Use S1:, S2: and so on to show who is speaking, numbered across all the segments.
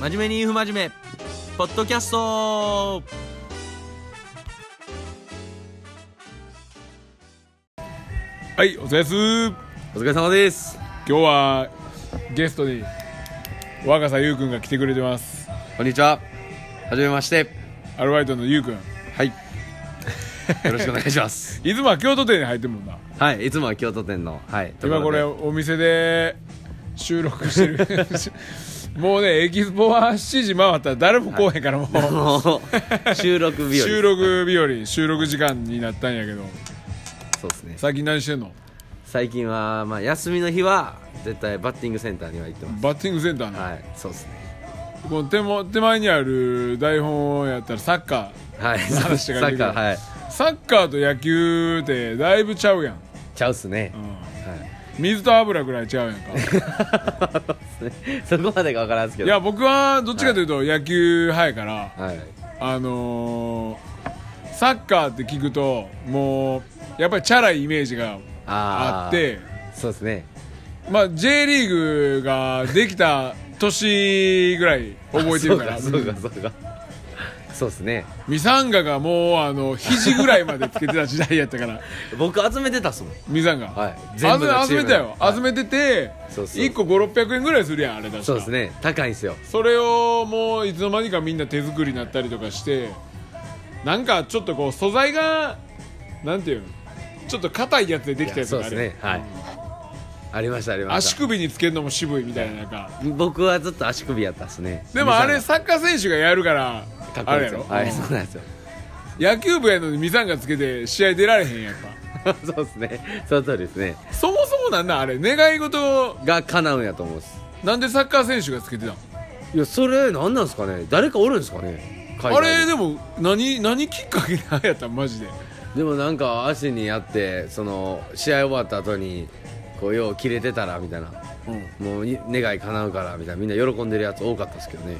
S1: 真面目に不真面目ポッドキャスト
S2: はいお疲れです今
S1: お疲れ様です
S2: 日はゲストに若狭優くんが来てくれてます
S1: こんにちははじめまして
S2: アルバイトの優くん
S1: はいよろしくお願いします
S2: いつもは京都店に入ってるもんな
S1: はいいつもは京都店のはいと
S2: 今こ
S1: ろで
S2: れお店で収録して るもうねエキスポは7時回ったら誰も来おへんからもう
S1: もう収録 日和
S2: 収録日和収録時間になったんやけど
S1: そうですね
S2: 最近何してんの
S1: 最近はまあ休みの日は絶対バッティングセンターには行ってま
S2: バッティングセンター
S1: す
S2: な、
S1: はいそうですね
S2: この手も手前にある台本やったらサッカ
S1: はいサ
S2: 話
S1: ッ
S2: ができる
S1: カーはい
S2: ーサッカーと野球ってだいぶちゃうやん、
S1: ちゃうっすね
S2: うん、
S1: はい
S2: 水と油ぐらいちゃうやんか
S1: そこまでが分からんすけ
S2: い
S1: ど
S2: や僕はどっちかというと野球派やから、
S1: はい
S2: あのーサッカーって聞くともうやっぱりチャラいイメージが
S1: あー
S2: あって
S1: そうですね
S2: まあ J リーグができた年ぐらい覚えてるから
S1: あそうかそうかそうかそうですね
S2: ミサンガがもうあの肘ぐらいまでつけてた時代やったから
S1: 僕集めてたっすもん
S2: ミサンガ、
S1: はい
S2: 集
S1: 全部のチ
S2: め
S1: ー
S2: 集
S1: ム
S2: めたよ、
S1: はい
S2: 集めてて
S1: そうそう
S2: 1個5600円ぐらいするやんあれだ
S1: そうですね高いんすよ
S2: それをもういつの間にかみんな手作りになったりとかしてなんかちょっとこう素材がなんていうのちょっと硬いやつでできたやつ
S1: そうで
S2: があ
S1: す
S2: る、
S1: ねはいありましたありまし
S2: 足
S1: た
S2: 首につけるのも渋いみたいななんか
S1: 僕はずっと足首やったっすね
S2: でもあれ
S1: ミサ
S2: サッカー選手がやるから
S1: ンガ
S2: あ
S1: かっこい
S2: れ
S1: いっ
S2: や
S1: すよ
S2: ろ、
S1: はいそうなんですよ
S2: 野球部やのにミサンがつけて試合出られへんやっ
S1: そうですねその通りですね
S2: ぱそもそもなんなんあれ願い事
S1: が叶うんやと思うっす
S2: なんでサッカー選手がつけてたの
S1: いやそれ何なんですかね誰かおるんですかね海
S2: あ
S1: 外に
S2: れでも何何きっかけなんやったんマジで
S1: でもなんか足にやってその試合終わった後にこうよう切れてたらみたいな
S2: うん
S1: もうに願い叶うからみたいなみんな喜んでるやつ多かったですけどね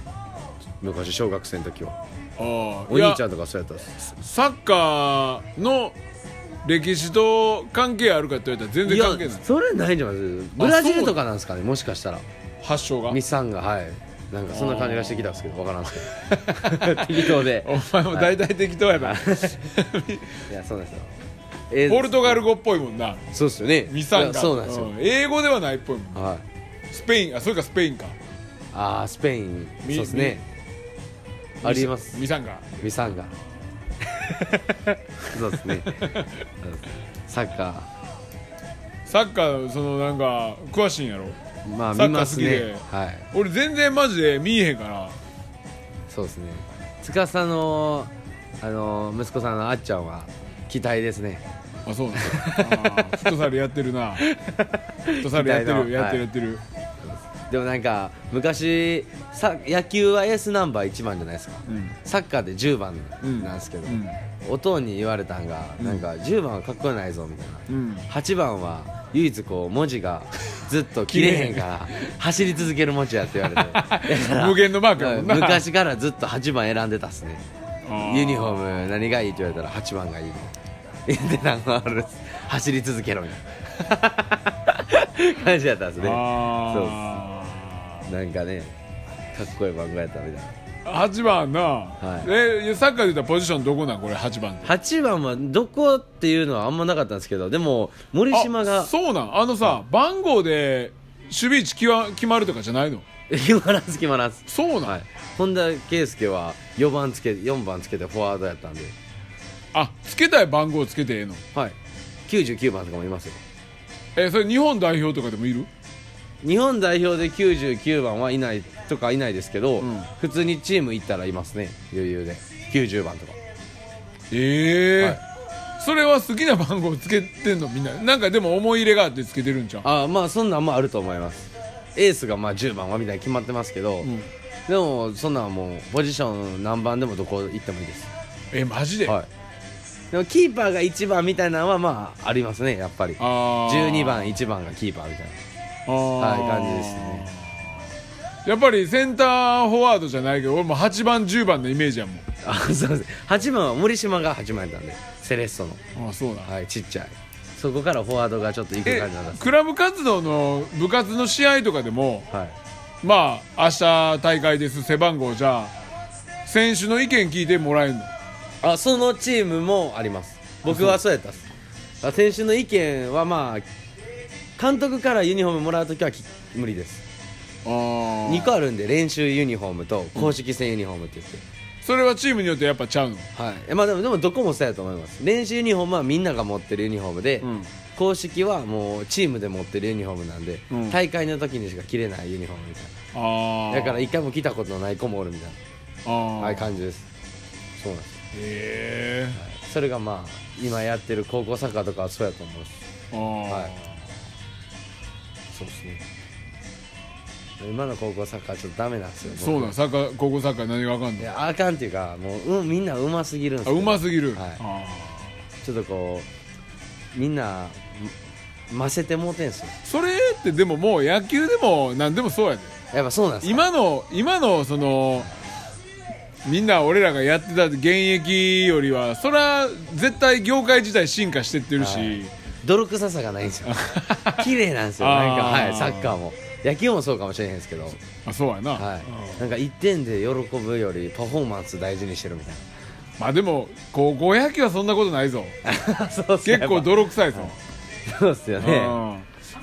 S1: 昔小学生の時は
S2: ああ
S1: お
S2: いや
S1: 兄ちゃんとかそうやったっす
S2: サッカーの歴史と関係あるかって言われたら全
S1: い
S2: 然
S1: や
S2: 関係ない
S1: それないんじゃないですかブラジルとかなんですかねもしかしたら
S2: 発祥が
S1: ミサンがはいなんかそんな感じがしてきたんですけどわからんすけ ど適当で
S2: お前も大体適当やな、
S1: いやそうなんですよえー
S2: ポルトガル語っぽいもんな
S1: そうっすよね
S2: ミサ
S1: い
S2: ン
S1: や
S2: ガ
S1: そうなんですよ、
S2: うん英語ではないっぽいもん
S1: はい
S2: スペインあそれかスペインか
S1: ああスペインそう
S2: み
S1: ですねあります
S2: ミサンガ
S1: ミサン ガそうですねうんサッカ
S2: サッカーそのなんか詳しいんやろ
S1: ーまあ
S2: サッカー
S1: 見ます
S2: 好きで
S1: ねはい
S2: 俺全然マジで見えへんから
S1: そうですね司のあの息子さんのあっちゃんは期待ですね
S2: あそうなんだ あーフットサルやってるなフットサルやって
S1: みたい
S2: る
S1: な
S2: やって
S1: はい
S2: るやってる、
S1: でもなんか昔さ野球はエースナンバー1番じゃないですか
S2: うん
S1: サッカーで10番
S2: うん
S1: なんですけど、
S2: うん
S1: おとんに言われたんが、なんか10番はかっこよないぞみたいな、
S2: うん
S1: 8番は唯一こう文字がずっと切れへんから走り続ける文字やって言わ れてだから
S2: 無限のマークやもんな
S1: 昔からずっと8番選んでたっすね
S2: あー
S1: ユニフォーム何がいいって言われたら8番がいい言ってたのがあるんです走り続けろみたいな 感じやったんですね
S2: あ
S1: そうっすなんかねかっこいい番号やったみたいな
S2: あ8番な、
S1: い
S2: えいやサッカーで言ったらポジションどこなんこれ8番って
S1: 8番はどこっていうのはあんまなかったんですけどでも森島
S2: あ
S1: が
S2: そうなんあのさ、番号で守備位置きわ決まるとかじゃないの
S1: 決まらんす決まらんす
S2: そうなん、
S1: はい、本田圭佑は4番つけ4番つけてフォワードやったんで、
S2: あつけたい番号つけてええの
S1: はい、99番とかもいますよ
S2: えそれ日本代表とかでもいる
S1: 日本代表で99番はいないとかいないですけど、
S2: うん
S1: 普通にチーム行ったらいますね余裕で90番とか
S2: ええ
S1: はい
S2: それは好きな番号つけてんのみんななんかでも思い入れがあってつけてるんじゃん
S1: ああまあそんなんもあると思いますエースがまあ10番はみたいに決まってますけど、
S2: ん
S1: でもそんなんはもうポジション何番でもどこ行ってもいいです、
S2: えマジで、
S1: はい、でもキーパーが1番みたいなのはまあありますねやっぱり
S2: ああ
S1: 12番1番がキーパーみたいな
S2: はい
S1: 感じですね
S2: やっぱりセンターフォワードじゃないけど俺も8番10番のイメージやもん
S1: あすいません8番は森島が8番やったんでセレッソの、
S2: あそうだ
S1: はい、ちっちゃいそこからフォワードがちょっと行く
S2: え
S1: 感じなんです
S2: クラブ活動の部活の試合とかでも
S1: はい
S2: まあ明日大会です背番号じゃあ選手の意見聞いてもらえるの
S1: あそのチームもあります僕はそうやったっすあ選手の意見はまあ監督からユニフォームもらうときはき無理です
S2: あ
S1: 2個あるんで練習ユニフォームと公式戦ユニフォームって言って、
S2: それはチームによってやっぱちゃうの
S1: はいえまあでもでもどこもそうやと思います練習ユニフォームはみんなが持ってるユニフォームで、
S2: うん
S1: 公式はもうチームで持ってるユニフォームなんで、
S2: うん
S1: 大会の時にしか着れないユニフォームみたい
S2: ああ
S1: なだから一回も着たことのない子もおるみたい
S2: あ
S1: な
S2: あ
S1: ああいう感じですそうなんです
S2: へえ
S1: それがまあ今やってる高校サッカーとかはそうやと思うし
S2: ああ、
S1: はいそうですね今の高校サッカーちょっとダメなんですよ僕
S2: そうだサッカー高校サッカー何がわかん
S1: い
S2: ない
S1: やあかんっていうかもう、うん、みんなうますぎるんです
S2: あ
S1: よ
S2: うますぎる、
S1: はい
S2: あ
S1: ちょっとこうみんなまませてもうてんすよ
S2: ーそれってでももう野球でも何でもそうやで
S1: やっぱそうなんですか
S2: 今の今のそのみんな俺らがやってた現役よりはそれは絶対業界自体進化してってるし、
S1: はい泥臭さがないん ですよ綺麗なんですよ
S2: あー
S1: なんかはいサッカーも野球もそうかもしれへんですけど、はい、
S2: あそうや
S1: な
S2: な、
S1: んか1点で喜ぶよりパフォーマンス大事にしてるみたい
S2: まあでも高校野球はそんなことないぞ
S1: な そうっすね
S2: 結構泥臭いぞ、
S1: そうっすよね
S2: うん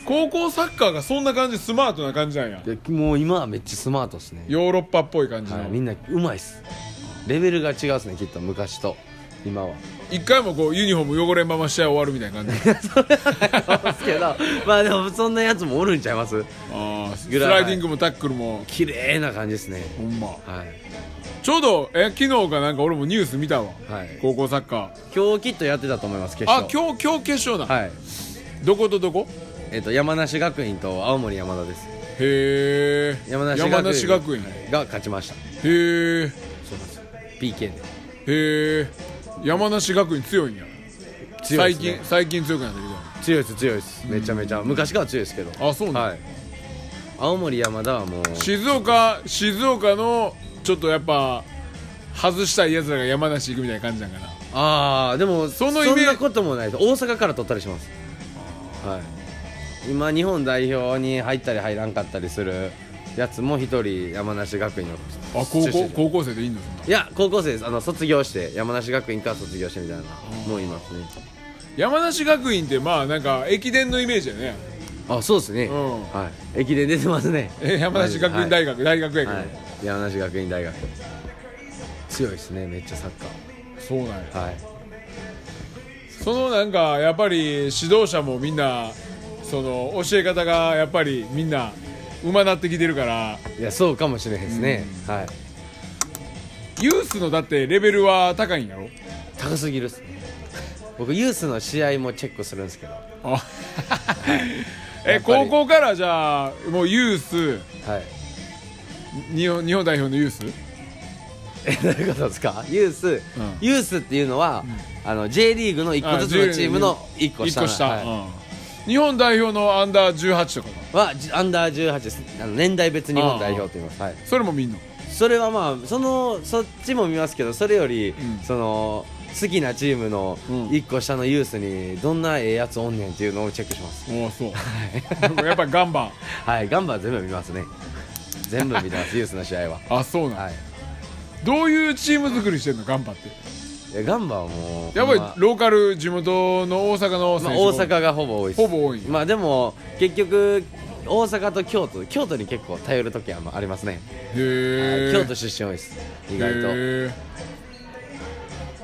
S2: 高校サッカーがそんな感じスマートな感じなんや
S1: でもう今はめっちゃスマートっすね
S2: ヨーロッパっぽい感じの、
S1: はい、みんなうまいっすレベルが違うっすねきっと昔と今は
S2: 一回もこうユニフォーム汚れんまま試合終わるみたいな感 じ
S1: そうっすけどまあでもそんなやつもおるんちゃいます
S2: あース
S1: ぐらい
S2: ライディングもタックルも
S1: 綺麗な感じですね
S2: ほんま
S1: はい
S2: ちょうどえ昨日かなんか俺もニュース見たわ、
S1: はい
S2: 高校サッカ
S1: 今日きっとやってたと思います決
S2: ーあ
S1: 勝
S2: 今日今日決勝だ、
S1: はい
S2: どことどこ
S1: えっと山梨学院と青森山田です
S2: へえ
S1: 山梨学院
S2: 山梨学院
S1: が勝ちました
S2: へえ
S1: そうなんです PK で
S2: へえ山梨学院強いんや
S1: 強いで
S2: 最
S1: す、
S2: 近
S1: ね、
S2: 最近強くなった
S1: 強いです強いですめちゃめちゃ昔から強いですけど
S2: けどあそうなん、
S1: はい青森山田はもう
S2: 静岡静岡のちょっとやっぱ外したいやつらが山梨行くみたいな感じなんかな
S1: ああでもそ
S2: そのイメージ
S1: んなこともないです大阪から取ったりしますはい今日本代表に入ったり入らんかったりするやつも一人山梨学院の
S2: あ高
S1: 出
S2: 校
S1: 身
S2: 高校生でいいんだそんない
S1: や高校生ですあの卒業して山梨学院から卒業してみたいなもういますね
S2: 山梨学院ってまあなんか駅伝のイメージだよね
S1: あそうですね、
S2: うん
S1: はい駅伝出てますね
S2: え山梨学院大学、大学やけど、
S1: はい、山梨学院大学強いですねめっちゃサッカ
S2: そうなんや
S1: ーはい
S2: そのなんかやっぱり指導者もみんなその教え方がやっぱりみんなうまなってきてるから
S1: いやそうかもしれへんですね、はい
S2: ユースのだってレベルは高いんやろ
S1: 高すぎるっすね僕ユースの試合もチェックするんですけどは
S2: あ え高校からじゃあもうユース
S1: い
S2: 日本日本代表のユース
S1: えどういうことですかユース、
S2: ん
S1: ユースっていうのは、あの J リーグの1個ずつのチームの1個下
S2: 一個下、
S1: はい
S2: うん日本代表のアンダー18とか
S1: はじアンダー18ですあの年代別日本代表と言います、はい、
S2: それも見んの
S1: それはまあそのそっちも見ますけどそれより、
S2: ん
S1: その好きなチームの
S2: うん
S1: 1個下のユースにどんなええやつおんねんっていうのをチェックします
S2: おおそう やっぱガンバ
S1: はいガンバは全部見ますね全部見てますユースの試合は
S2: あそうなん、
S1: はい
S2: どういうチーム作りしてんのガンバって
S1: いやガンバはもう
S2: やっぱり
S1: ほんま
S2: ローカル地元の大阪の選
S1: まあ、
S2: 手
S1: 大
S2: が
S1: 阪がほぼ多いです
S2: ほぼ多いんや
S1: まあでも結局大阪と京都京都に結構頼る時はまあありますね、
S2: へえ
S1: 京都出身多いです意外と
S2: へ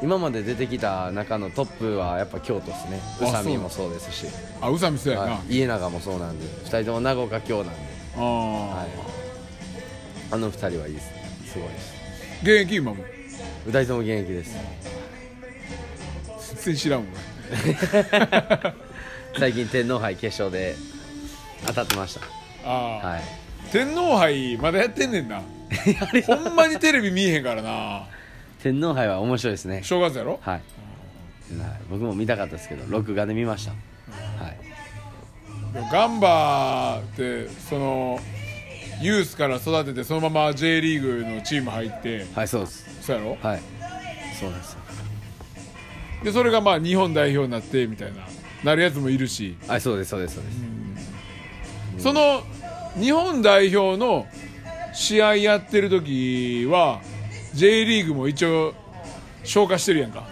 S1: 今まで出てきた中のトップはやっぱ京都ですね
S2: あ
S1: 宇佐美もそうですし、
S2: えあ宇佐美そうやな、
S1: はい家長もそうなんで2人とも名古か京なんで、
S2: ああ、
S1: はい、あの2人はいいですねすごいです
S2: 現役今も
S1: 2人とも現役です
S2: 全然知らんもん
S1: 最近天皇杯決勝で当たってまし
S2: ああ、
S1: たはい
S2: 天皇杯まだやってん ねんなほんまにテレビ見えへんからな
S1: 天皇杯は面白いですね
S2: 正月やろ
S1: はい、はい、僕も見たかったですけど録画で見ましたはい
S2: でもガンバってそのユースから育ててそのまま J リーグのチーム入って
S1: はいそうです
S2: そうやろ
S1: はいそうなんですよ
S2: でそれがまあ日本代表になってみたいななるやつもいるし
S1: はいそうですそうですそうです
S2: その日本代表の試合やってる時は J リーグも一応消化してるやんか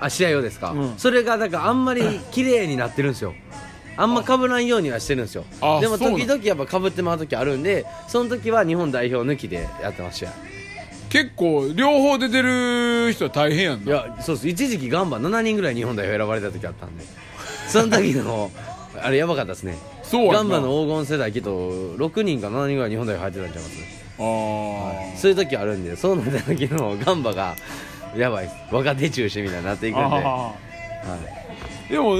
S1: あ試合用ですか、
S2: うん
S1: それがだからあんまり綺麗になってるんですよあんま被らんようにはしてるんですよ
S2: あ
S1: でも
S2: そうな
S1: 時
S2: ん
S1: 々やっぱ被ってまう時あるんでその時は日本代表抜きでやってましたよ
S2: 結構両方出てる人は大変やん
S1: い
S2: な
S1: やそうです一時期ガンバ7人ぐらい日本代表選ばれた時あったんでその時のあれやばかったですね
S2: そうやんな
S1: ガンバの黄金世代きっと6人か7人ぐらい日本代表入ってたんちゃいます
S2: あー
S1: そういう時あるんでそうなった時のガンバがやばいです若手中心みたいになっていくんで、は
S2: あーでも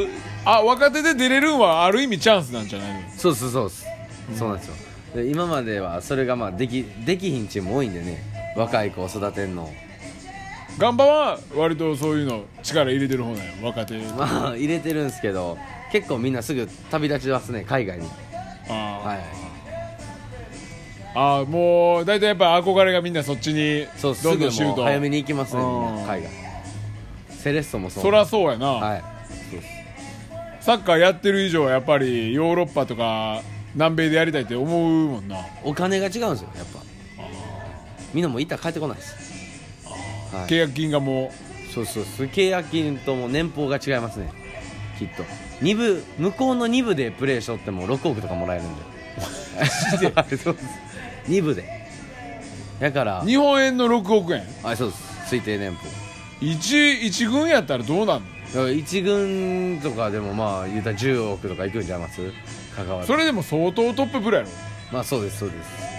S2: あ若手で出れるんはある意味チャンスなんじゃないの
S1: い、そうそうそうです、そうなんですよで今まではそれがまあできできひんチーム多いんでね若い子を育てんの
S2: ガンバは割とそういうの力入れてる方なんや若手あ
S1: まあ入れてるんですけど結構みんなすぐ旅立ちますね海外に
S2: あー、
S1: はい
S2: あーもう大体やっぱ憧れがみんなそっちに
S1: そうす
S2: どんど
S1: ぐ
S2: んシュ
S1: も
S2: ー
S1: う
S2: ト
S1: 早めに行きますねみん
S2: うん
S1: な海外セレッソもそう
S2: そりゃそうやな、
S1: はい
S2: サッカーやってる以上はやっぱりヨーロッパとか南米でやりたいって思うもんな
S1: お金が違うんですよやっぱみんなもう行ったら帰ってこないですはい
S2: 契約金がも
S1: そうそうそう契約金とも年俸が違いますねきっと二部向こうの2部でプレーしとっても6億とかもらえるんではい そうです2部でだから
S2: う日本円の6億円
S1: あそうです推定年俸
S2: 一一軍やったらどうなんの
S1: だから一軍とかでもまあ言うたら10億とかいくんちゃいます関わる
S2: それでも相当トッププロやろ
S1: まあそうですそうで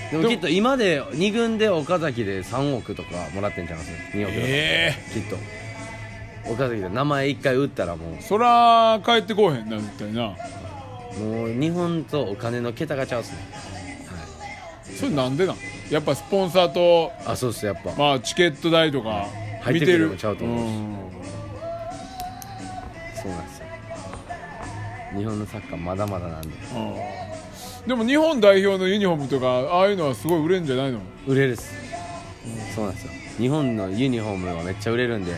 S1: すでも
S2: でも
S1: きっと今で2軍で岡崎で3億とかもらってんちゃいます2億とか、
S2: ええ
S1: きっと岡崎で名前1回打ったらも
S2: そら帰ってこうへんな絶対な
S1: うもう日本とお金の桁がちゃうっすね、
S2: それなんでなんやっぱスポンサーと
S1: はい、あそうっすやっぱ
S2: まあチケット代とか
S1: 入
S2: 見
S1: って
S2: て
S1: くる
S2: る
S1: のもちゃうと思うし
S2: ん
S1: そうなんですよ日本のサッカーまだまだなんで
S2: うんでも日本代表のユニフォームとかああいうのはすごい売れるんじゃないの
S1: 売れるっす、そうなんですよ日本のユニフォームはめっちゃ売れるんで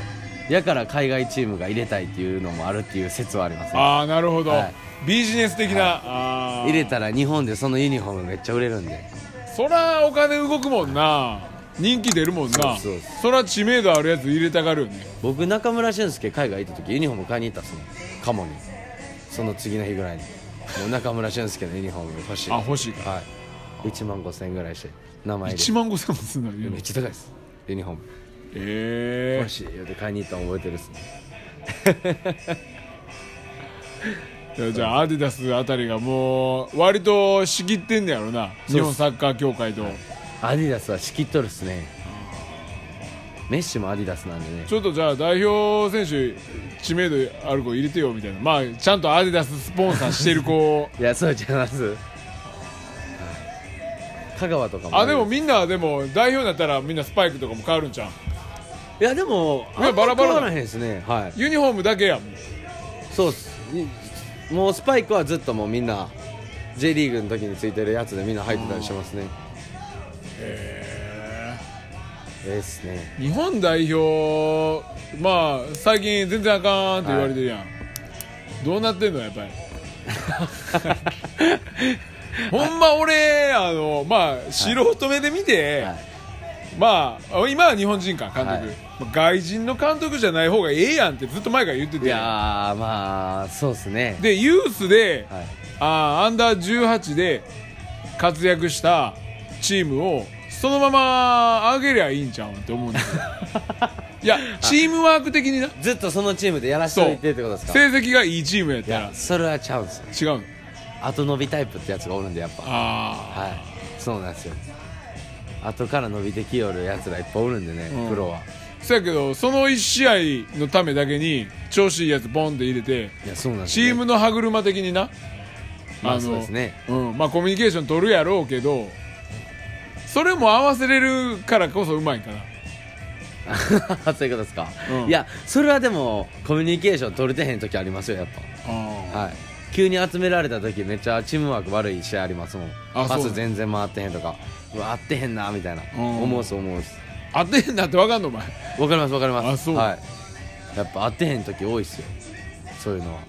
S1: やから海外チームが入れたいっていうのもあるっていう説はありますね
S2: ああなるほど、
S1: はい
S2: ビジネス的な、あー
S1: 入れたら日本でそのユニフォームめっちゃ売れるんで
S2: そらお金動くもんな人気出るもんな
S1: そうそう
S2: そら知名度あるやつ入れたがるよね
S1: 僕中村俊輔海外行った時ユニフォーム買いに行ったっすもんカモにその次の日ぐらいにもう中村俊輔のユニフォーム欲しい
S2: あ欲しいか
S1: はい1万5000円ぐらいして名前で
S2: 1万5000もすんの
S1: めっ
S2: に
S1: ちゃ高いですユニフォーム
S2: え
S1: 欲しい言うて買いに行ったの覚えてるっすね
S2: えじゃあアディダスあたりがもう割と仕切ってんねやろな
S1: そうっす
S2: 日本サッカー協会と、
S1: アディダスは仕切っとるっすねメッシもアディダスなんでね
S2: ちょっとじゃあ代表選手知名度ある子入れてよみたいなまあちゃんとアディダススポンサーして る子
S1: いやそうちゃいますはい香川とかも
S2: あでも
S1: る
S2: みんなでも代表になったらみんなスパイクとかも変わるんちゃう
S1: いやでも
S2: いやバラバ
S1: あんま変
S2: ラ
S1: わらへんですねはい
S2: ユニフォームだけやもん
S1: そうっすいもうスパイクはずっともうみんな J リーグの時についてるやつでみんな入ってたりしますねええっすね
S2: 日本代表まあ最近全然あかんって言われてるやん、どうなってんのや っぱりほんま俺あのまあ素人目で見て、
S1: はい
S2: まあ今は日本人か監
S1: は
S2: 督、
S1: い
S2: まあ外人の監督じゃない方がええやんってずっと前から言って
S1: い
S2: て
S1: やーまあそうっすね
S2: でユースで、
S1: はい
S2: あーアンダー18で活躍したチームをそのまま上げりゃいいんちゃうんって思うんですよ いやチームワーク的にな
S1: ずっとそのチームでやらせておいてってことですか
S2: 成績がいいチームやっ
S1: い
S2: たら
S1: やそれはちゃうんすよ
S2: 違うの
S1: 後伸びタイプってやつがおるんでやっぱ
S2: あ
S1: はいそうなんですよ後から伸びてきよるやつらいっぱいおるんでね、
S2: うん
S1: プロは
S2: あそやけどその1試合のためだけに調子いいやつボンって入れて
S1: いやそうなんです
S2: チ
S1: よ
S2: ームの歯車的にな
S1: まあそうですね
S2: うんまあ、コミュニケーション取るやろうけどそれも合わせれるからこそうまいんかな
S1: そういうことですか、
S2: うん
S1: いやそれはでもコミュニケーション取れてへん時ありますよやっぱ
S2: あ
S1: はい、急に集められた時めっちゃチームワーク悪い試合ありますもん
S2: あ
S1: パ
S2: そう
S1: ス全然回ってへんとかうわ合ってへんなみたいな
S2: うん
S1: 思うっす思うっす
S2: あ当てんなって分かんのお前
S1: わかりますわかります
S2: あそう
S1: はい、やっぱ合ってへん時多いっすよそういうのは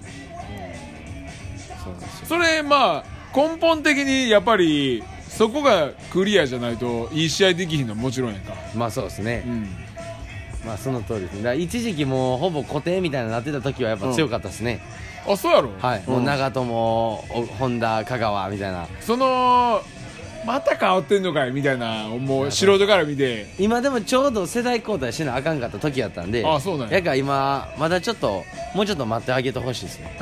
S1: そうなんですよ
S2: それまあ根本的にやっぱりそこがクリアじゃないといい試合できひんのはもちろんやんか
S1: まあそうですね
S2: う、ん
S1: まあその通りですねだから一時期もうほぼ固定みたいになってた時はやっぱ強かったですね、
S2: あそうやろ
S1: はい、もう長友お本田香川みたいな
S2: そのまた変わってんのかいみたいなもう素人から見て
S1: 今でもちょうど世代交代しなあかんかった時やったんで
S2: あそうなんや
S1: やから今まだちょっともうちょっと待ってあげてほしいですね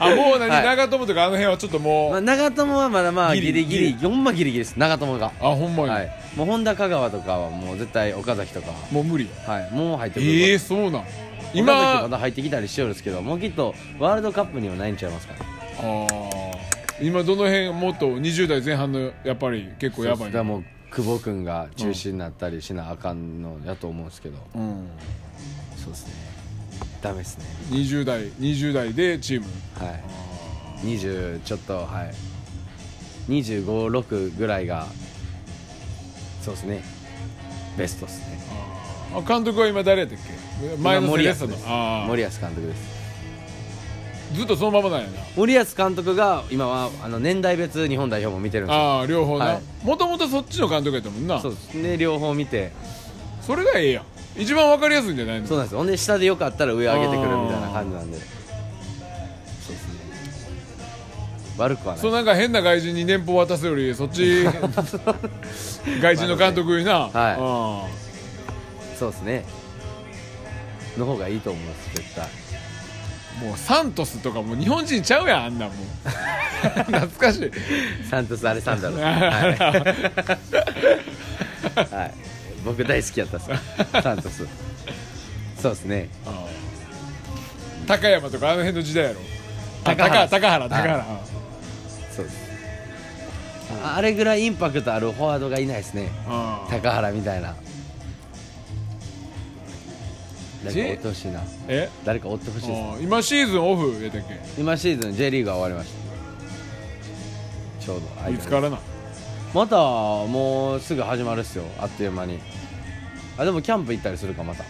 S2: あもう何、
S1: はい
S2: 長友とかあの辺はちょっともう、
S1: まあ、長友はまだまあ
S2: ギ
S1: ギ
S2: リ
S1: リギリほんまギリギリです長友が
S2: あほんまに、
S1: はいもう本田香川とかはもう絶対岡崎とかは
S2: もう無理
S1: はいもう入ってくる
S2: ええそうな
S1: 今
S2: ん
S1: 岡崎
S2: 今
S1: まだ入ってきたりしてるんですけどもうきっとワールドカップにはないんちゃいますかね
S2: あー今どの辺もっと20代前半のやっぱり結構やば
S1: そ
S2: い
S1: したら
S2: ね
S1: もう久保君が中心になったりしなあかんのやと思うんですけど、
S2: うん、
S1: そうですねダメですね
S2: 20代20代でチーム
S1: はい20ちょっとはい256ぐらいがそうですねベストですね
S2: あ監督は今誰やったっけ前の
S1: 今
S2: セ
S1: 森
S2: レッ
S1: 保
S2: ソ
S1: で
S2: の
S1: す
S2: あー
S1: 森保監督です
S2: ずっとそのままなんやな
S1: 森保監督が今はあの年代別日本代表も見てるんですよ
S2: ああ両方
S1: は
S2: ないもともとそっちの監督やったもんな
S1: そう
S2: そ
S1: ですね両方見て
S2: れがええやん一番わかりやすいんじゃないの
S1: そうなんですよほんで下でよかったら上上げてくるみたいな感じなんでそうですね悪くはない
S2: そうなんか変な外人に年俸渡すよりそっち 外人の監督にな、
S1: はい
S2: あ
S1: そうですねの方がいいと思います絶対
S2: ーもうサントスとかもう日本人ちゃうやんあんなんもう 懐かしい
S1: サントス・アレサンダロス、はいはい、僕大好きやったっすサントスそうですね
S2: 高山とかあの辺の時代やろあ
S1: 高原
S2: 高原高原
S1: そうですああれぐらいインパクトあるフォワードがいないですね
S2: あー
S1: 高原みたいな
S2: ジ
S1: 誰か追ってほしいな
S2: え
S1: 誰か追ってほしいですね
S2: あー今シーズンオフやったっけ
S1: 今シーズン J リーグが終わりましたちょうど間に
S2: いつからな
S1: またもうすぐ始まるっすよあっという間にあでもキャンプ行ったりするかまた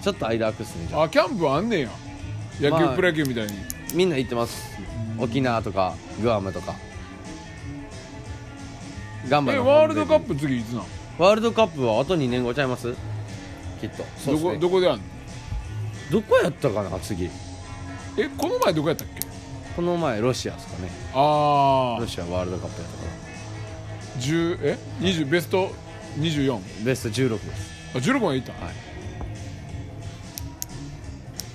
S1: ちょっと間空くっすねじゃあ
S2: あキャンプあんねんや野球、
S1: まあ
S2: プロ野球みたいに
S1: みんな行ってます沖縄とかグアムとかガンバ
S2: え
S1: の
S2: ワールドカッ
S1: プ
S2: プ次いつなん
S1: ワールドカップはあと2年後ちゃいますきっとそう
S2: ど
S1: っす
S2: こ
S1: ね
S2: どこであんの
S1: どこやったかな次
S2: えこの前どこやったっけ
S1: この前ロシアですかね
S2: ああ
S1: ロシアワールドカップやったか
S2: 10え20ベスト24
S1: らベスト16です
S2: あ16までいった、
S1: はい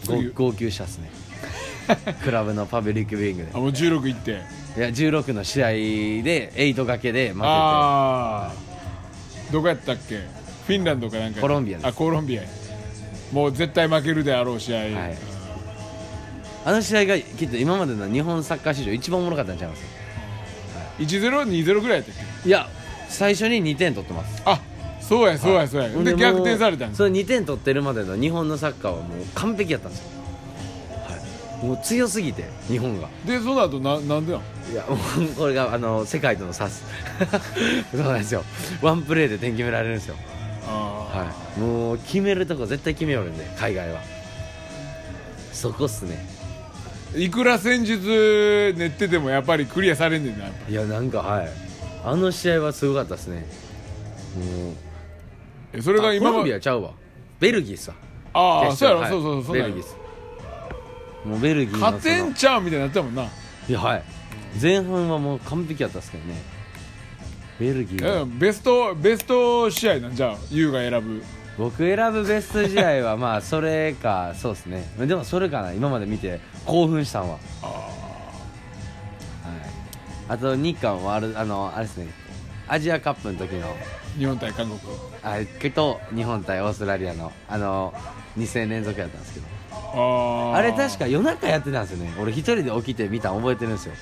S1: ご
S2: 次
S1: 号泣したっすねクラブのパブリックビューイングで
S2: あもう16いって
S1: いや16の試合で8掛けで負けて
S2: ああどこやったっけフィンランドかなんか
S1: コロンビアです
S2: あコロンビアやもう絶対負けるであろう試合、
S1: いあの試合がきっと今までの日本サッカー史上一番おもろかったんちゃいます
S2: 1020ぐらいやったっけ
S1: いや最初に2点取ってます
S2: あそうやそうやそうや、
S1: ほん
S2: で
S1: もう
S2: 逆転されたんです
S1: その2点取ってるまでの日本のサッカーはもう完璧やったんですよ、はい、もう強すぎて日本が
S2: でその後ななんでなん
S1: いやもうこれがあの世界との差す そうなんですよワンプレーで点決められるんですよ、
S2: あ
S1: はい、もう決めるとこ絶対決めよるんで海外はそこっすね
S2: ーいくら戦術練っててもやっぱりクリアされんねんなやっぱ
S1: いやなんかはいあの試合はすごかったですねもう
S2: えそれが今
S1: あコロ
S2: ま
S1: ンビアちゃうわベルギーさ
S2: ああ
S1: 決
S2: そうや
S1: 勝
S2: ろ、そうそうそう
S1: ベ
S2: そう
S1: ルギーっすもうベルギーのその
S2: 勝てんちゃうみたいになってたもんない
S1: やはい前半はもう完璧やったっすけどねベルギー
S2: う
S1: は
S2: んベストベスト試合なんじゃあ優が選ぶ
S1: 僕選ぶベスト試合はまあそれかそうですねでもそれかな今まで見て興奮したんははい、あと日韓はあるあのあれですねアジアカップの時の
S2: 日本対韓国
S1: あれと日本対オーストラリアのあの2戦連続やったんですけど
S2: あー
S1: あれ確か夜中やってたんですよね俺一人で起きて見たん覚えてるんですよ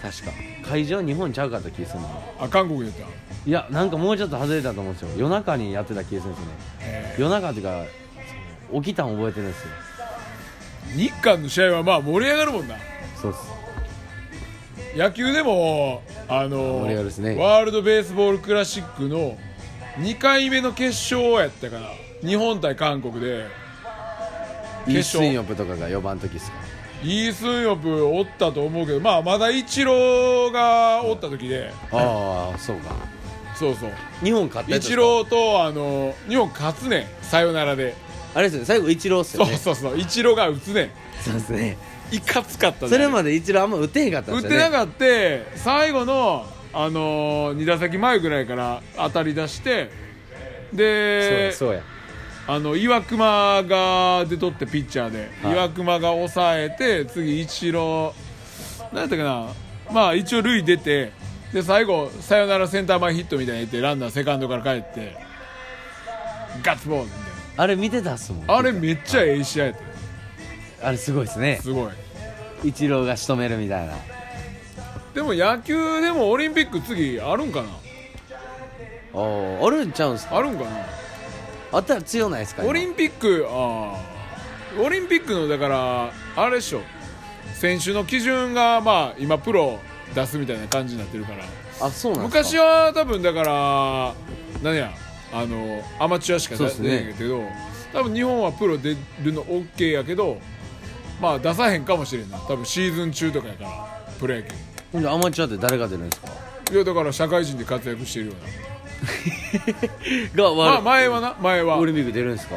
S1: 確か会場日本ちゃうかった気がするの
S2: あ韓国やった
S1: いやなんかもうちょっと外れたと思うんですよ夜中にやってた気がするんですよね
S2: え
S1: 夜中っていうか起きたん覚えてるんですよ
S2: ー日韓の試合はまあ盛り上がるもんな
S1: そうっす
S2: 野球でもあの
S1: 盛り上がるっすね
S2: ワールド・ベースボール・クラシックの2回目の決勝やったから日本対韓国で決
S1: イ・
S2: 勝
S1: スンヨプとかが4番の時っすか
S2: イ・スンヨプおったと思うけど、まあ、まだイチローがおった時で、
S1: ああそうか
S2: そうそう、
S1: 日本勝った
S2: イ
S1: やつです
S2: チ
S1: か
S2: ローとあの日本勝つねん、さよならで、
S1: あれですよね最後イチローっす
S2: そ
S1: よ
S2: う
S1: ね
S2: そうそう、イチローが打つね
S1: そうですね
S2: ん、いかつかったね
S1: それまでイチローあんま打てへんかったん
S2: 打
S1: で
S2: っ
S1: す
S2: て
S1: よね
S2: な
S1: っ
S2: かった、最後の、あの2打席前ぐらいから当たり出して、で、
S1: そうや
S2: あの岩隈が出とってピッチャーで、
S1: はい
S2: 岩隈が抑えて次一郎何やったかなまあ一応塁出てで最後サヨナラセンター前ヒットみたいに言ってランナーセカンドから帰ってガッツポーズみたい
S1: あれ見てたっすもん
S2: なあれめっちゃええ試合やっ
S1: あれすごいですね
S2: たすごい
S1: イチローが仕留めるみたいな
S2: でも野球でもオリンピック次あるんかな
S1: おーあるんちゃうんすか
S2: あるんか
S1: あったら強ないですか
S2: なオリンピックああオリンピックのだからあれでしょ選手の基準がまあ今プロ出すみたいな感じになってるから
S1: 今あそうなんですか
S2: 昔は多分だから何やあのアマチュアしか
S1: そう
S2: 出
S1: っすね
S2: 出ないけど、多分日本はプロ出るの OK やけどまあ出さへんかもしれんな多分シーズン中とかやからプロ野球
S1: ほんでアマチュアって誰が出るん ですか
S2: いやだから社会人で活躍してるよう
S1: が
S2: なまあ
S1: 悪い
S2: 前はな前は
S1: オリンピック出るんですか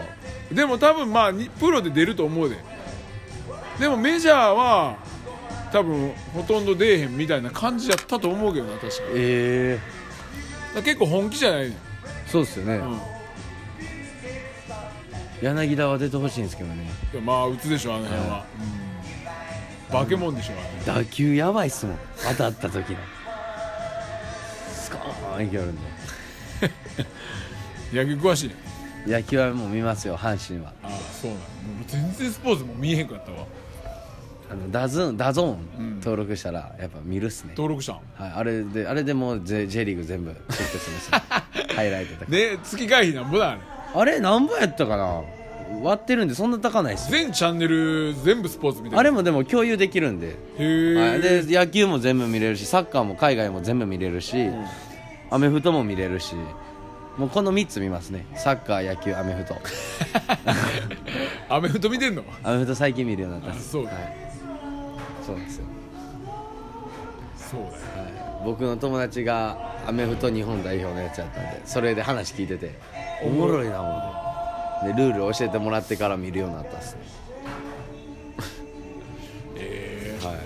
S2: でも多分まあにプロで出ると思うででもメジャーは多分ほとんど出えへんみたいな感じやったと思うけどな確かだか
S1: ええ
S2: ら結構本気じゃないねん
S1: そうっすよね、
S2: うん
S1: 柳田は出てほしいんですけどね
S2: いやまあ打つでしょあの辺は、うん、化け物でしょあれ
S1: 打球やばいっすもん当たった時のスコーンいけるんで
S2: 野球詳しいね
S1: 野球はもう見ますよ阪神は
S2: ああそうなんもう全然スポーツも見えへんかったわ
S1: あのダズンダゾーン
S2: ん
S1: 登録したらやっぱ見るっすね、
S2: 登録したん
S1: はい、あれであれでもう J, J リーグ全部チェックしました ハイライトとか
S2: で月会費なんぼだあれ
S1: あれ何本やったかな割ってるんでそんな高ないっすよ
S2: 全チャンネル全部スポーツみたいな
S1: あれもでも共有できるんで、
S2: へえ、
S1: はい、で野球も全部見れるしサッカーも海外も全部見れるし、アメフトも見れるしもうこの3つ見ますねサッカー野球アメフ ト
S2: アメフト見てんの
S1: アメフト最近見るようになったっす
S2: あそう
S1: は
S2: だ
S1: い、そうなんですよ、
S2: そうだよ
S1: はい、僕の友達がアメフト日本代表のやつやったんでそれで話聞いてておもろいな思ってでルール教えてもらってから見るようになったっすね
S2: え
S1: はい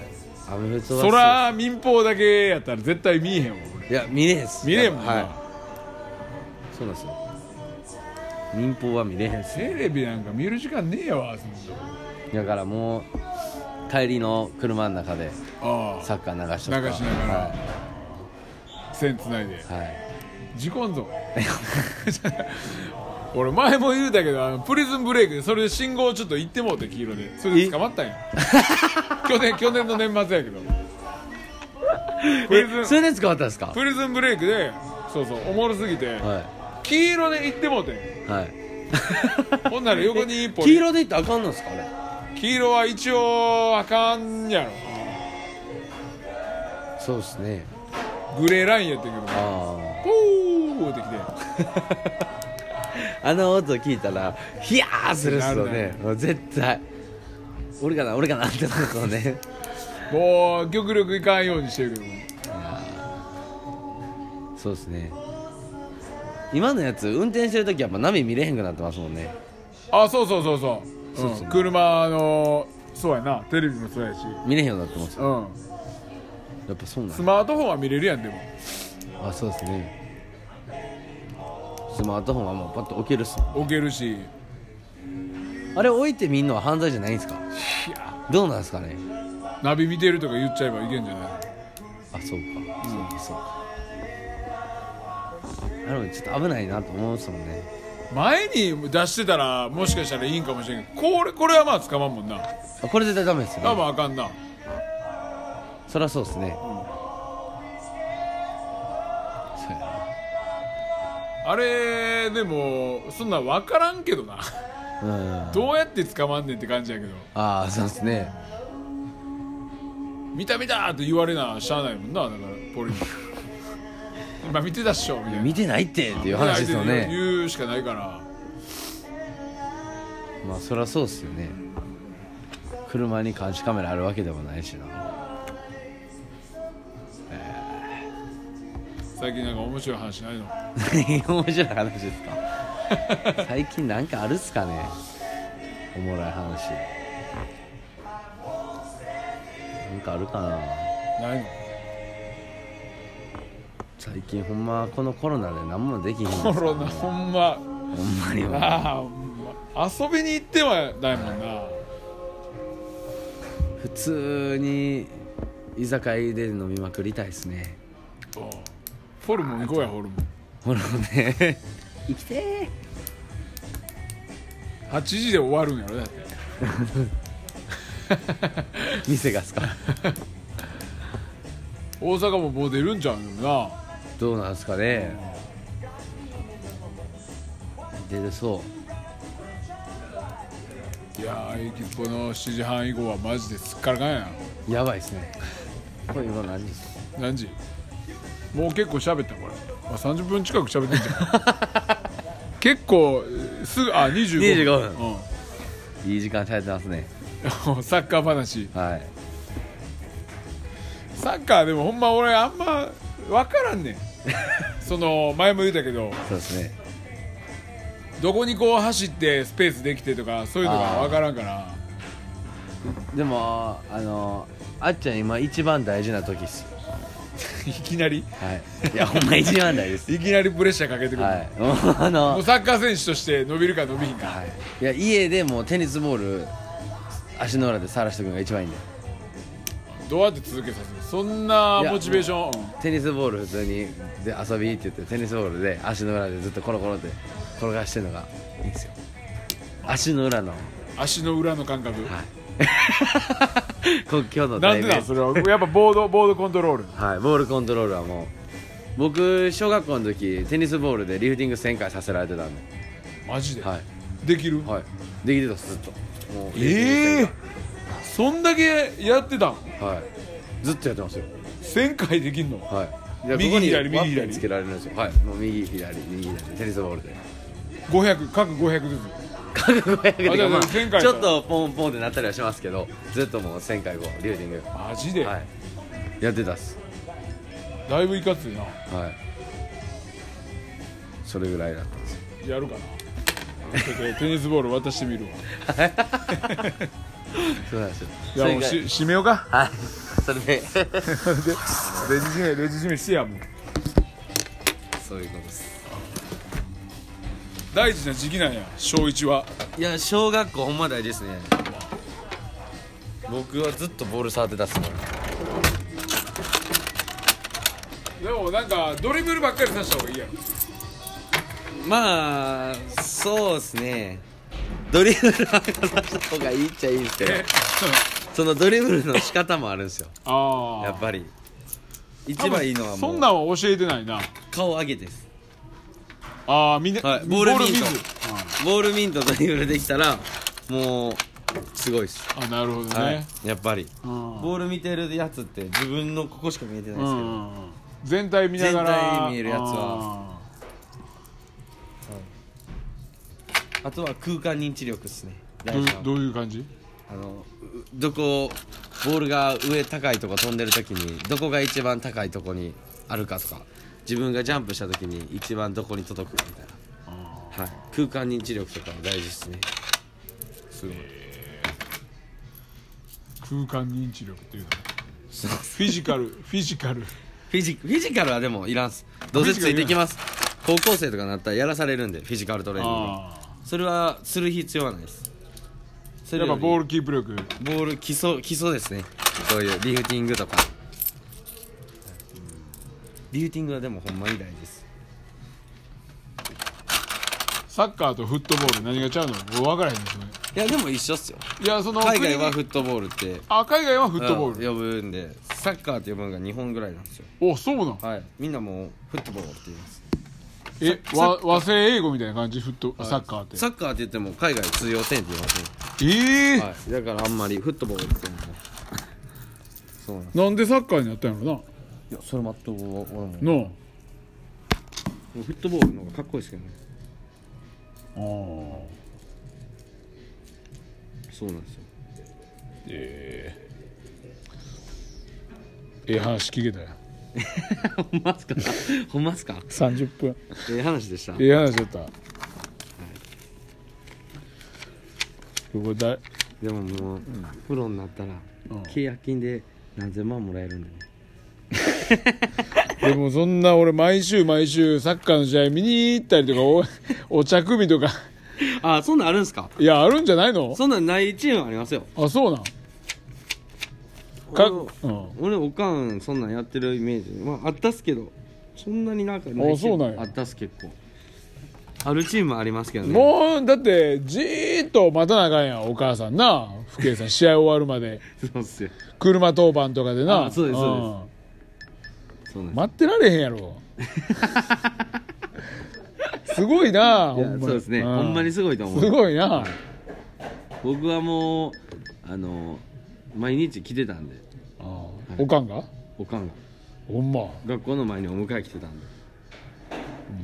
S1: アメフト
S2: え
S1: は
S2: そら民放だけやったら絶対見えへんわ俺
S1: いや見れへんっす
S2: 見れへんもんな、
S1: はいそうなんですよ民放は見れへんっす
S2: テレビなんか見る時間ねえわそんな
S1: だからもう帰りの車の中で
S2: あ
S1: サッカー流しとくか
S2: 流しながらあ線つないで
S1: はい、はい
S2: 事故んぞ 俺前も言うたけどあのプリズンブレイクでそれで信号ちょっと行ってもうて黄色でそれで捕まったんや去年去年の年末やけどプリ
S1: え
S2: ズ
S1: そ
S2: ン
S1: れで使わったんですか
S2: プリズンブレイクでそうそうおもろすぎて、
S1: は
S2: 黄色で行ってもうて
S1: いはい
S2: ほんなら横に一歩
S1: 黄色でいってあかんのですかあれ
S2: 黄色は一応あかんや
S1: そうですね
S2: ろグレーラインやってんけど
S1: あ
S2: ポーってきて
S1: ああの音聞いたらヒヤーするっすよ
S2: なる
S1: ね
S2: な
S1: もう絶対俺かな俺かなってなるとね
S2: もう極力いかんようにしてるけど
S1: そうですね今のやつ運転してる時やっぱナビ見れへんくなってますもんね
S2: あそうそうそうそう
S1: そうそう
S2: うん、車のそうやなテレビもそうやし、
S1: 見れへんようになってますよ
S2: うん、
S1: やっぱそうなん
S2: ス
S1: や
S2: マートフォンは見れるやんでも
S1: あそうですねスマートフォンはもうパッと置けるっすもん
S2: 置けるしい
S1: あれ置いてみんのは犯罪じゃないんですか
S2: や
S1: どうなんですかね
S2: ナビ見てるとか言っちゃえばいけんじゃない
S1: あそうか、そうかそうかあれもちょっと危ないなと思うんですもんね
S2: 前に出してたらもしかしたらいいんかもしれんけどこれこれはまあ捕まんもんな
S1: あこれ絶対ダメですよ
S2: 多
S1: ね
S2: 分あかんな
S1: そりゃそうですね、そうや
S2: あれでもそんなん分からんけどな
S1: なうん
S2: どうやって捕まんねんって感じやけど
S1: ああそうですね
S2: 見た見たって言われなしゃあないもんなだから ポリに今見てたっしょみたいな
S1: 見てないってっていう話ですよ
S2: 相手に
S1: ね
S2: 言うしかないから
S1: まあそりゃそうですよね車に監視カメラあるわけでもないしな
S2: 最近なんか面白い話ないの
S1: 何が面白い話ですか 最近なんかあるっすかねおもろい話なんかあるかな
S2: ないの
S1: 最近ほんまこのコロナで何もで きひん
S2: コロナ
S1: ほ
S2: ほ
S1: ん
S2: んま
S1: まにも
S2: ああほんま遊びに行ってはないもんな
S1: 普通に居酒屋で飲みまくりたいですね
S2: おうホルモン行こうやホルモン
S1: ほらね生きてー
S2: 8時で終わるんやろだって
S1: 店がっすか
S2: 大阪ももう出るんちゃうよ
S1: どうなんすかね出るそ
S2: ないやー駅っぽの7時半以降はマジですっからかんや
S1: うやばいですねこれ今何時ですか
S2: 何時もう結構喋ったこれあ30分近く喋ってんじゃ ん結構すぐあ25
S1: 25
S2: 分、
S1: いい時間されてますね
S2: うん サッカー話
S1: はい
S2: サッカーでもほんま俺あんま分からんねん その前も言ったけど
S1: そうですね
S2: どこにこう走ってスペースできてとかそういうのが分からんから
S1: でもあのあっちゃん今一番大事な時っす
S2: いきなり
S1: はいいやほんま一番大事です
S2: いきなりプレッシャーかけてくる、
S1: はい もうあ
S2: も
S1: の
S2: うサッカー選手として伸びるか伸びひんか、
S1: はいいや家でもうテニスボール足の裏でさらしてくのが一番いいんで
S2: どうやって続けさせるそんない
S1: や
S2: モチベーションうん
S1: テニスボール普通にで遊びって言ってテニスボールで足の裏でずっとコロコロって転がしてるのがいいんですよ足の裏のは
S2: 足の裏の感覚、
S1: い国境の
S2: な
S1: 代
S2: んで
S1: 名
S2: なんそれはやっぱボードボードコントロール
S1: はいボールコントロールはもう僕小学校の時テニスボールでリフティング1000回させられてたんで
S2: マジで、
S1: はい
S2: できる、
S1: はいできてたっすずっともう
S2: ええ
S1: リフティング1000
S2: そんだけやってたん
S1: 回はいずっとやってますよ
S2: 1000回できんの
S1: はい
S2: 右
S1: ここに
S2: 左右
S1: ワッペン
S2: 左
S1: つけられるんですよはいもう右左右左テニスボールで
S2: 500各500ずつ
S1: 覚悟やけ
S2: あじゃあ
S1: ど、まあ、
S2: 前回から
S1: ちょっとポンポンってなったりはしますけどずっともう1000回後リューディング
S2: マジで、
S1: はいやってたっす
S2: だいぶいかついな
S1: はいそれぐらいだったんですよ
S2: やるかな ちょっとテニスボール渡してみるわ
S1: そうなんですよ
S2: じゃあもう
S1: そ
S2: し
S1: れが
S2: 締めようか
S1: はいそれで
S2: レジ締めレジ締めしてやもう
S1: そういうことです
S2: 大事な時期なんや小一はい
S1: や小学校ほんま大事ですね僕はずっとボール触ってたっすもん
S2: でもなんかドリブルばっかりさした方がい いやろ
S1: まあそうですねドリブルはした方がいいっちゃいいんですけどそのドリブルの仕方もあるんですよ
S2: ああ
S1: やっぱり一番いいのは
S2: そ
S1: も
S2: ん
S1: う
S2: なんは教えてないな
S1: 顔上げです
S2: ああみんな、
S1: はい
S2: ボ
S1: ボ
S2: ー
S1: ー
S2: ル
S1: ル
S2: 見
S1: ミ
S2: ず
S1: ートボールミントドリブルできたらもうすごいっす、
S2: あなるほどね、
S1: はいやっぱり
S2: うん
S1: ボール見てるやつって自分のここしか見えてないですけど、
S2: うん全体見ながら
S1: 全体見えるやつはあとは空間認知力っすね
S2: あ
S1: 大
S2: ー
S1: 事
S2: ど
S1: な
S2: うどういう感じ
S1: あのうどこボールが上高いとこ飛んでる時にどこが一番高いとこにあるかとか自分がジャンプした時に一番どこに届くかみたいな、はい、空間認知力とかも大事っすねすごい
S2: 空間認知力っていうのフィジカルフィジカル
S1: フィジフィジカルはでもいらんっすどうせついてきます高校生とかになったらやらされるんでフィジカルトレーニングは
S2: あ
S1: それはする必要はないですそ
S2: あ
S1: れ
S2: や
S1: よ
S2: っぱ
S1: り
S2: ボールキープ力
S1: ボール基礎基礎ですねそういうリフティングとかリフティングはでもほんまに大事です
S2: サッカーとフットボール何がちゃうのもう分からへんねそれ
S1: いやでも一緒っすよ
S2: いやその
S1: 海外はフ
S2: 国に
S1: ットボールって
S2: あ海外はフットボール
S1: うん呼ぶんでサッカーって呼ぶのが日本ぐらいなんですよ
S2: おそうなん
S1: はいみんなもうフットボールって言います
S2: え
S1: サ
S2: 和和製英語みたいな感じフットサッカーって
S1: サッカーって言っても海外通用せんって言いますね
S2: ええ
S1: はい、だからあんまりフットボールってもそうなんで
S2: なんでサッカーになったんやろ
S1: すいやそれまっとう俺も
S2: なの
S1: フットボールの方がかっこいいですけどね
S2: ああ
S1: そうなんですよ
S2: ええええ話聞けたよ
S1: ほんまっすかほんまっすか
S2: 30分
S1: ええ話でした
S2: ええ話だった、ここだ
S1: でももう、プロになったら
S2: うん
S1: 契約金で何千万もらえるんでね
S2: でもそんな俺毎週毎週サッカーの試合見に行ったりとかおお 茶組とか
S1: あそんなんあるんすか
S2: いやあるんじゃないの
S1: そんなんないチームありますよ
S2: あそうなんか
S1: お
S2: うん
S1: 俺おかんそんなんやってるイメージまああったっすけどそんなになんかない
S2: あそうなんや
S1: あったっす結構あるチームありますけどね
S2: もうだってじーっと待たなあかんやんお母さんな父兄さん試合終わるまで
S1: そうっすよ
S2: 車当番とかでな
S1: あそうですそうです
S2: ん
S1: そうなんです
S2: 待ってられへん やろすごいない
S1: やそうですねほんまにすごいと思う
S2: すごいな
S1: 僕はもうあの毎日来てたんで
S2: おかんが
S1: おかんが
S2: ほんま
S1: 学校の前にお迎え来てたんで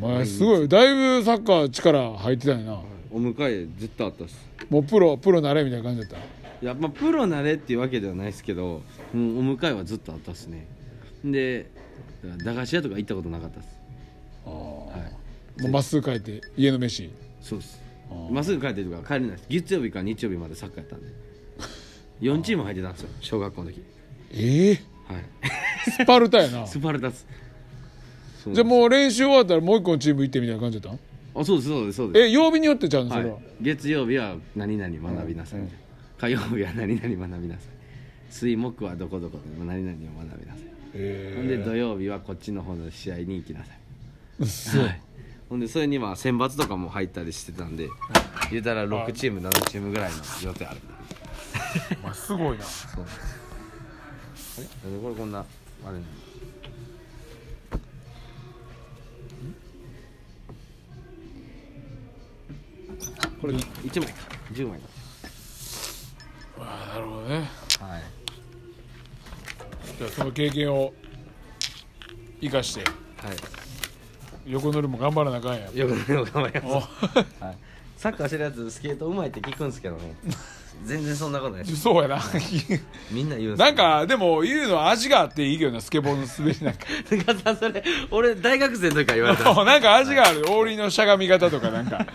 S2: お前すごいだいぶサッカー力入ってたよな
S1: お迎えずっとあったっす
S2: もうプロプロなれみたいな感じだっ
S1: やっぱプロなれっていうわけではないですけどもうお迎えはずっとあったっすねでだから駄菓子屋とか行ったことなかったっす
S2: たも
S1: はい、
S2: うまっすぐ帰って家の飯
S1: そうっす
S2: あー
S1: まっすぐ帰ってるとか帰れないっす月曜日から日曜日までサッカーやったんで4チーム入ってたんですよ小学校の時
S2: ええ
S1: はい
S2: スパルタやな
S1: スパルタス
S2: じゃあもう練習終わったらもう一個のチーム行ってみたいな感じだったん
S1: あそうですそうですそうです
S2: え曜日によってちゃうのそ
S1: は
S2: れ
S1: い
S2: は、、
S1: 月曜日は何々学びなさい、火曜日は何々学びなさい水木はどこどこで何々を学びなさい、ほんで
S2: え
S1: 土曜日はこっちの方の試合に行きなさい、
S2: えそう
S1: はい、ほんでそれにまあ選抜とかも入ったりしてたんで、言うたら6チーム7チームぐらいの状態ある
S2: お前すごいな
S1: そうあれなんでこれこんなあれなんだこれ1枚か10枚
S2: あーなるほどね
S1: かはい
S2: じゃあその経験を生かして
S1: はい
S2: 横乗りも頑張らなあかんや
S1: よくないの頑張り
S2: お
S1: ます、はい、サッカーしてるやつスケートうまいって聞くんですけど ね全然そんなことないです
S2: そうやな
S1: みんな言うんですけど
S2: なんかでも言うのは味があっていいけどなスケボーの滑りなんか
S1: 中田さんそれ俺大学生の時から言われ たんです
S2: なんか 味がある王林のしゃがみ方とかなんか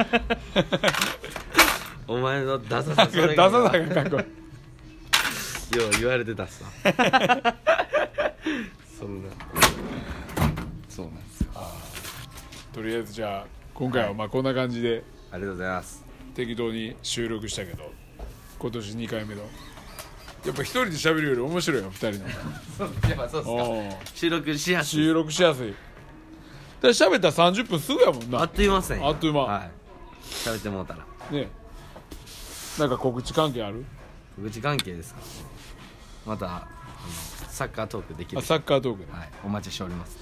S1: お前のダサ
S2: な
S1: さ
S2: んか
S1: そ
S2: 出
S1: れ
S2: さ
S1: が
S2: なあかんかっこいい
S1: よう言われてたっ すわそんなそうなんですよあ
S2: とりあえずじゃあ今回はまあこんな感じで
S1: りがとうございます
S2: 適当に収録したけど今年2回目のやっぱ一人で喋るより面白いよ 二人の
S1: そうやっぱそうっすか
S2: おー
S1: 収録しやすい
S2: 収録しやすいだから喋ったら30分すぐやもん
S1: あっ
S2: な
S1: という間っすね
S2: あっという間
S1: はい喋ってもうたら
S2: ねなんか告知関係ある
S1: 無事関係ですかまたあのサッカートークできる
S2: あサッカートーク
S1: はいお待ちしております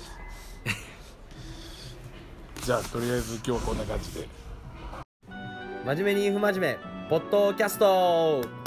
S2: じゃあとりあえず今日はこんな感じで
S1: 真面目に不真面目ポッドキャスト